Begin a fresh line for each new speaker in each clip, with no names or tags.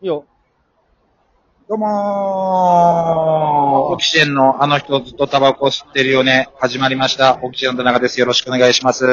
いいよ。
どうもー。オキシエンのあの人ずっとタバコ吸ってるよね。始まりました。オキシエンの田中です。よろしくお願いします。よ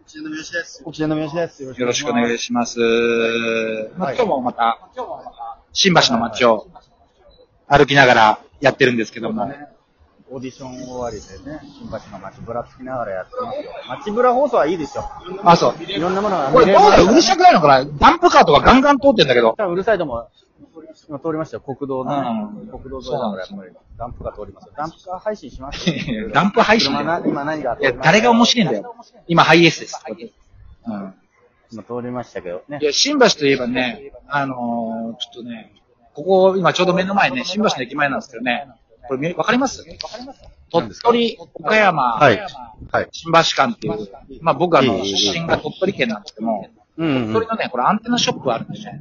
うちの三好です。
沖縄の三好です。よ
ろしくお願い
し
します。まあ
はい
今日もまた、
今日はまた、
新橋の街を歩きながらやってるんですけども。
ね。オーディション終わりでね、新橋の街ぶらつきながらやってますよ。街ぶら放送はいいでしょ。
あ、そう。
いろんなものが
これどうだろううるさ
い。
くないのかなダンプカーとかガンガン通ってんだ けど。
多分うるさいと思う。今通りましたよ、国道のね、
うん
国道沿いだからやっぱり、ダンプが通りますよ。ダンプが配信します
ダンプ配信
車な今何が
いや、誰が面白いんだよ。今、ハイエースです。うん。
今通りましたけどね
い。や、新橋といえばね、あのー、ちょっとね、ここ、今ちょうど目の前ね、新橋の駅前なんですけどね、これ見、わかります鳥取、岡山、
はい。はい。
新橋間っていう、まあ僕あ
い
の、
いいいいい
出身が鳥取県なんですけども、
うん
鳥
う
取
ん。
のね、これアンテナショップあるんでね、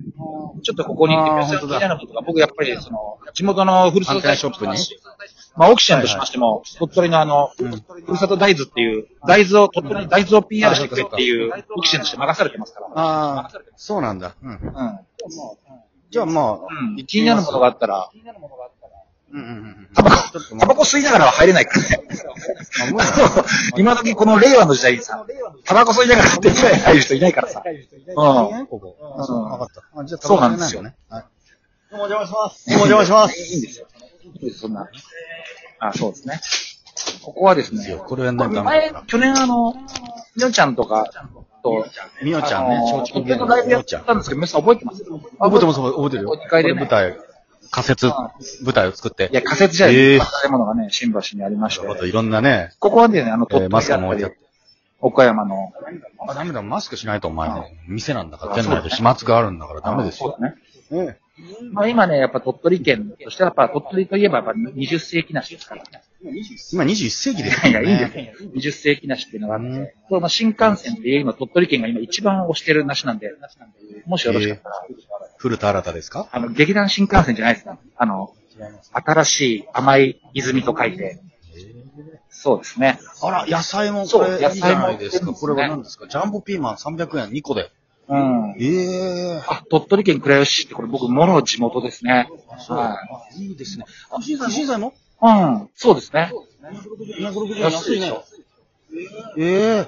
ちょっとここに行って、
あー
皆さん
本当
気
だ
になることが、僕やっぱりその、地元のふるさと大豆
アンテナシ
まあ、オキシエンとしましても、鳥取のあの、ふるさと大豆っていう、大豆を、鳥取に大豆を PR してくれっていう、オキシエンとして任されてますから。
ああ、
そうなんだ。うん。
うん。
じゃあまあ、
うん。気になるものがあったら、
うんうんうん。
タバコ、タバコ吸いながらは入れないからね。今時この令和の時代にさ、タバコ吸いながらって入る人いないからさ。うん。
ここ。
ん
そう、わかった。あじゃあ、
そうなんですよ
ね。はい。
お邪魔します。
お邪魔します。
いいんですよ。いいんですそんな。あ、そうですね。ここはですね、
これやんないとダ
前、
メ
去年あの、みのちゃんとかと、
みおちゃんね、松竹
芸
芸
能
能
のライブ
のみ
や
お
っ
ちゃん。
たんですけど、皆さん覚えてます
覚えてます、覚えてるよ。
一回でね
これ舞台、仮設、舞台を作って。
いや、仮設じゃない
え
で
え
す建物がね、新橋にありまして
ま。たいろんなね、
ここはね、あの、
え
鳥
ーマ
取
ス
だ
ク
っ
も置
た
いてあっ
り
て、。
岡山の、
あ、ダメだ、マスクしないとお前
う
も。店なんだから、
あ
店内で飛沫があるんだからダメです
そう
よ。
だね。
ね
まあ、今ね、やっぱ鳥取県としては、やっぱ鳥取といえばやっぱ20世紀梨ですから、ね。
今21世紀です
い
よ
や、
ね。
いいです ね。20世紀梨っていうのがあって、
うん
これまあ新幹線っていう今鳥取県が今一番推してる梨なんで、もしよろしかったら、
古田新太ですか
あの、劇団新幹線じゃないですか。あの、新しい甘い泉と書いて、そうですね。
あら、野菜も
そ
こ
う
れ、いい
野
じゃ
菜も
ないですか。これは何ですかジャンボピーマン300円2個で。
うん。
ええ。
あ、鳥取県倉吉市ってこれ僕、もろ地元ですね。はい。
いいですね。あ、石井さん、石井さんも
うん、そうですね。
760
円
安いね。ええ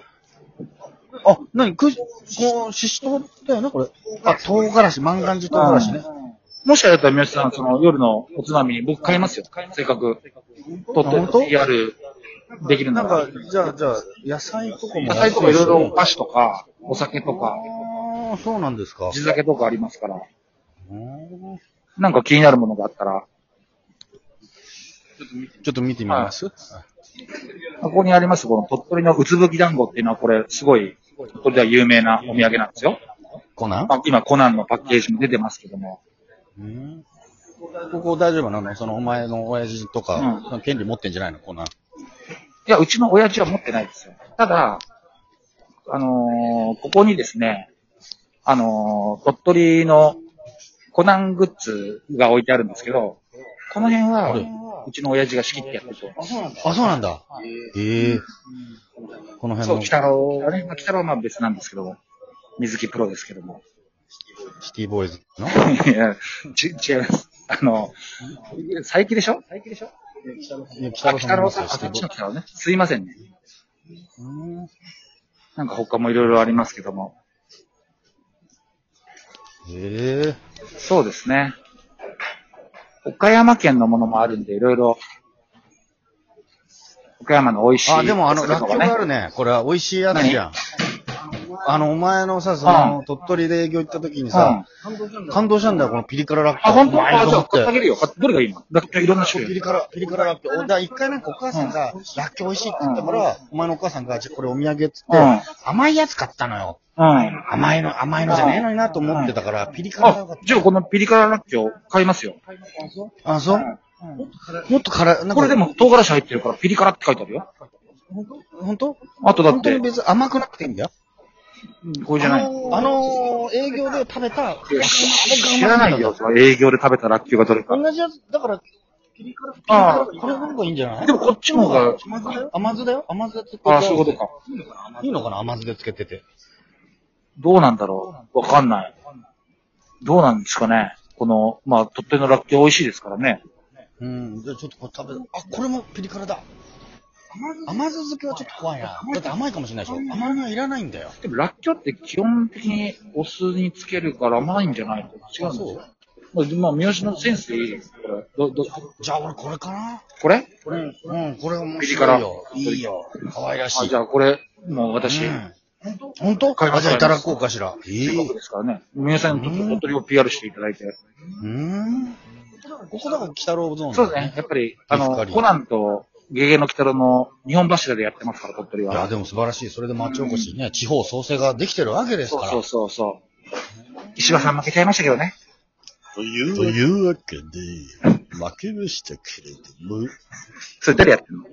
あ、なに、くじ、こう、ししとうだよね、これ。あ、唐辛子、万願寺唐辛子ね。
もしあれだったら、宮下さん、その夜のおつまみに僕買いますよ。せっかく。取
本
っ
当
て、PR できるん
な
だ
ん
から
か。、じゃあ、じゃあ、野菜とかも。
野菜とかいろいろお菓子とか、お酒とか、
ああ、そうなんですか。
地酒とかありますから、
うん
なんか気になるものがあったら、
ちょっと見てみます
ここにあります、この鳥取のうつぶき団子っていうのは、これ、すごい、鳥取では有名なお土産なんですよ。
コナン
まあ今、コナンのパッケージも出てますけども。
うんここ大丈夫なのそのお前の親父とか、権利持ってんじゃないのコナン。
いや、うちの親父は持ってないですよ。ただ、あのーここにですね、あのー鳥取のコナングッズが置いてあるんですけど、この辺
あれ
は、うちの親父が仕切ってやってて、
あ、そうなんだ。ええこの
そう、
辺の
北郎はね、まあ北郎はまあ別なんですけども、水木プロですけども。
シティボーイズの
いや、ち違います。あの、佐伯でしょ佐伯でしょあ、北郎さん、あ、そっちの北郎ね。すいませんね。
うん
なんか他もいろいろありますけども。
ええ
そうですね。岡山県のものもあるんで、いろいろ、岡山の美味しい。
あ、でもあの、
お酒
ラ
と
ッ
か
キ
ね
ョがあるね。これは美味しいやつじゃん。あの、お前のさ、そ
うん
の、鳥取で営業行った時にさ、感動したんだよ、このピリ辛ラッキョ。
あ、本当
あ、
あ、じ
そ
ゃ
う
あ、買ってあげるよ。どれがいいのラッキョいろんな種
ピ
類。
リ辛、ピリ辛ラッキョ。おだから一回なんかお母さんが、ラッキョ美味しいって言ったから、お前のお母さんが、じゃあこれお土産っつって
うん、
甘いやつ買ったのよ。
うん。
甘いの、甘いのじゃねえのになと思ってたから、ピリ辛がよか
あ
っ、
じゃあこのピリ辛ラッキョ買いますよ。
た。あ、そうもっと辛い、なんか
これで、も唐辛子入ってるからピリ辛って書いてあるよ。
本当
あとだっ
本当
て
に、別に甘くなくていいんだよ。
これじゃない。
あのー、営業で食べた、
知らないよ。その営業で食べたラッキョがどれか。
同じやつ、だから、
あ
これの方がいいんじゃない
でもこっちの方が、
甘酢だよ甘酢だよ甘酢でつけて。
あ、そういうことか。
いいのかな甘酢でつけてて。
どうなんだろうわかんない。どうなんですかね。この、まあ、鳥取のラッキョウ美味しいですからね。
うん。じゃあちょっとこれ食べ、あ、これもピリ辛だ。甘酢漬けはちょっと怖いな。だって甘いかもしれないでしょ。甘みはいらないんだよ。
でも、ラッキョウって基本的にお酢につけるから甘いんじゃないの違うんですよ。まあ、まあ、三好のセンスでいいです。これ、ど、ど、
じゃあ俺これかな
これ
うん、うん、これ面
ピリ
白
辛
いよ。いいよ。可愛らし
あ、
い。
じゃあこれ、もう私、
うん本当
買いま
あ、
す
じゃあいただこうかしら。え
せっかくですからね。皆さんにとって鳥取を PR していただいて。
うん。ここだから北ローゾーン
そうです
だ
ね。やっぱり、あ
いい
の、
光
コナンとゲゲの鬼太郎の日本柱でやってますから、鳥取
いや、
は。
でも素晴らしい。それで町おこしね、地方創生ができてるわけです
そ
か
う
ら。
そうそうそう。石破さん負けちゃいましたけどね。
とい
と
う、
いうわけで、負けましたけれども、
それ誰やってんの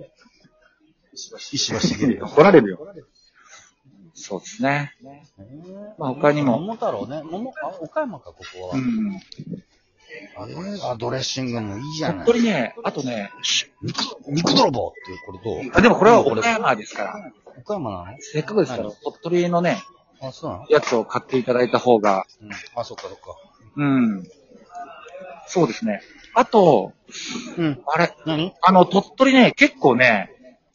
石橋茂よ。
怒られるよ。そうですね。まあ他にも。
桃太郎ね。桃、あ、岡山か、ここは。
うん。
えーあ、ドレッシングもいいじゃな
鳥
い。
取ね、あとね、し
肉、肉泥棒っていう、これどう
あでもこれは岡山ですから、
岡山なの
せっかくですから、鳥取のね、
あ、そうなの
やつを買っていただいた方が、
うん。あ、そっかそっか。
うん。そうですね。あと、
うん。
あれ、
何
あの、鳥取ね、結構ね、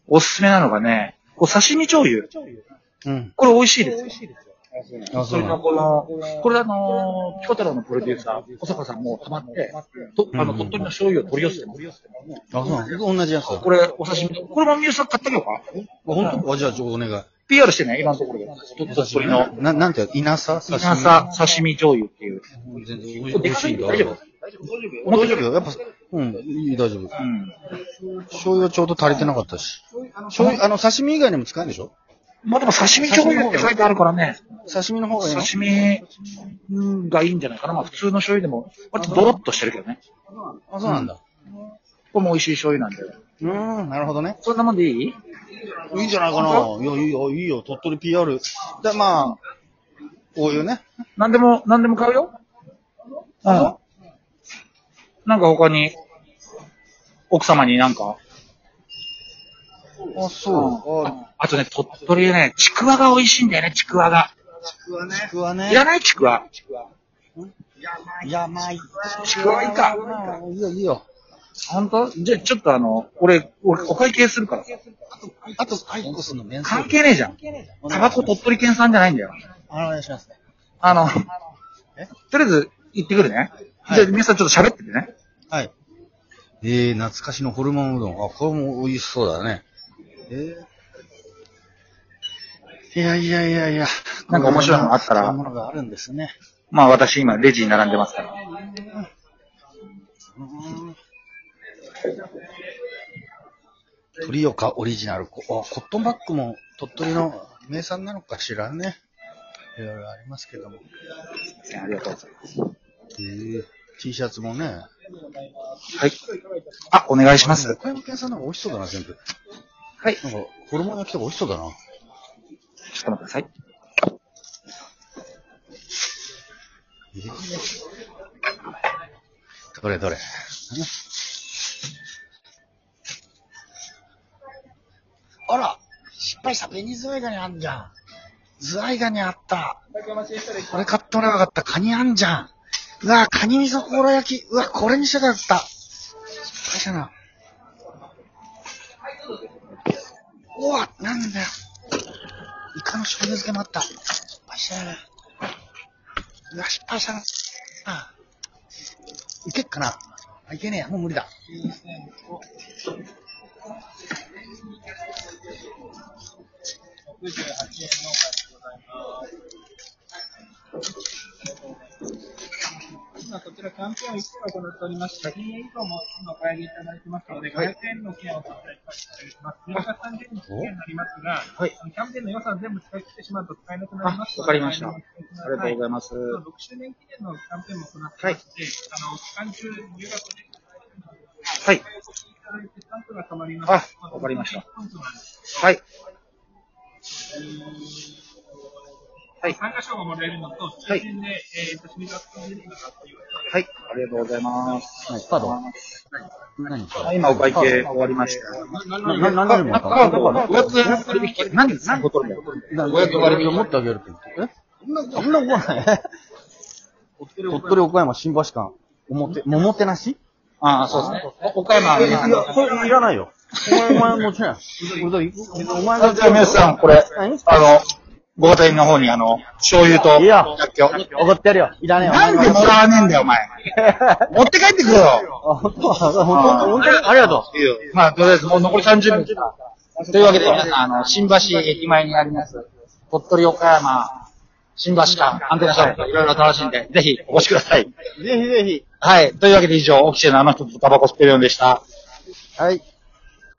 おすすめなのがね、こう刺身醤油。
うん。
これ美味しいですよ。
あ、
そ
そう
れ
な
の
の
この、これあのー、ピコ太郎のプロデューサー、小坂さんも泊まって、とあの、
うん
鳥取の醤油を取り寄せてます。
あ、そうなの同じやつだ。
これ、お刺身、これもみゆさん買ってみようか。
本当あ、じゃあ、ちょ、お願い。
PR してね、今のところで。鳥取の、
な、なんて、稲佐
稲佐刺身醤油っていう。
全然美
これで
味
か
しいんだ。
大丈夫
大丈夫よ。やっぱ、うん、いい、大丈夫。
うん。
醤油はちょうど足りてなかったし。醤油、あの、刺身以外にも使えるでしょ
まあでも刺身醤油って書いてあるからね、
刺身の方がいいの
刺身がいいんじゃないかな。まあ普通の醤油でも、割とドロッとしてるけどね。
あ、そうなんだ。
これも美味しい醤油なんで。
うーん、なるほどね。
そんなもんでいい
いいんじゃないかな。いや、いいよ、いいよ、鳥取 PR。で、まあ、こういうね。
何でも、何でも買うよ。うん。なんか他に、奥様になんか。
あ、そう。あ、
あとね、鳥取でね、ちくわが美味しいんだよね、ちくわが。
僕はね、
ちくわね。
いらないちくわ。
いや、まあ、いい
ちくわいいか。
いいよ、いいよ。
本当じゃ、ちょっとあの、俺、俺、お会計するからさ。
あと、アイコスの面
関係ねえじゃん。タバコ鳥取県産じゃないんだよ。
お願いしますね。
あの、と
え
りあえず、行ってくるね。
はい
じゃあ、皆さんちょっと喋っててね。
はい。えー、懐かしのホルモンうどん。あ、これも美味しそうだね。えー、いやいやいやいや。
なんか面白いのあったら
こういうものがあるんですね。
まあ、私今、レジに並んでますから。
鳥岡オリジナル。こあ、コットンバッグも鳥取の名産なのかしらね。いろいろありますけども。
ありがとうございま
えー、T シャツもね。
す。はい。あ、お願いします。
岡山県産の方が美味しそうだな、全部。
はい。
なんか、ホルモン焼きとか美味しそうだな。
ちょっと待ってください。
どれどれ。あら、失敗した。紅ズワイガニあんじゃん。ズワイガニあった。これ買ってもらえばよかった。カニあんじゃん。うわ、カニ味噌甲羅焼き。うわ、これにしてたかった。失敗したな。うわ、なんだよ。イカの醤油漬けもあった。失敗したな。うわ、失敗したな。あいけっかなあ、いけねえや。もう無理だ。
今こちらキャンペーンをいくつか行っておりまして、100円以上もお買い上げいただいてますので、500円の券をお伝えさせていただきます。10月30日期限になりますが、
はい
あのキャンペーンの予算全部使い切ってしまうと使えなくなります
あわかりました
あ
ありがとうございます。
6周年記念のキャンペーンも行ってまして、あの、期間中、入学で、
はい。
お越しいただいて、スタンプが溜まります。
あ、わかりました。はい。
はい。参加賞がもらえるのと、抽選で、えっと、入学が出るのがという
はい。ありがとうございます。
はい、パード。何
はい今、お会計終わりました。
何何何よりも
あカードは500円割引。何で何で取るんだよ。
500割引を持ってあげるって言って。えそんな、そんなことない。
鳥
鳥取岡山新橋間、おもて、ももてなし
ああ、そうですね。お岡山
い
皆
や、
さ
い
ん。
やそれいらないよ。お前、お前もちろん。俺と行くお前
あじゃあ皆さん、これ、あ
何
の、ご家庭の方にあの、醤油と、
いや
薬莢。
おごってやるよ。いらねえよ。
なんでもらわねえんだよ、お前。持って帰ってくれよ。
あ、本当本当本当にありがとう。
まあ、とりあえずもう残り30分。というわけで、皆さん、あの、新橋駅前にあります、鳥取岡山、新橋館、アンテナショップ、いろいろ楽しんで、ぜひお越しください。
ぜひぜひ。
はい。というわけで以上、オキシエのあの人とタバコ吸ってるようでした。
はい。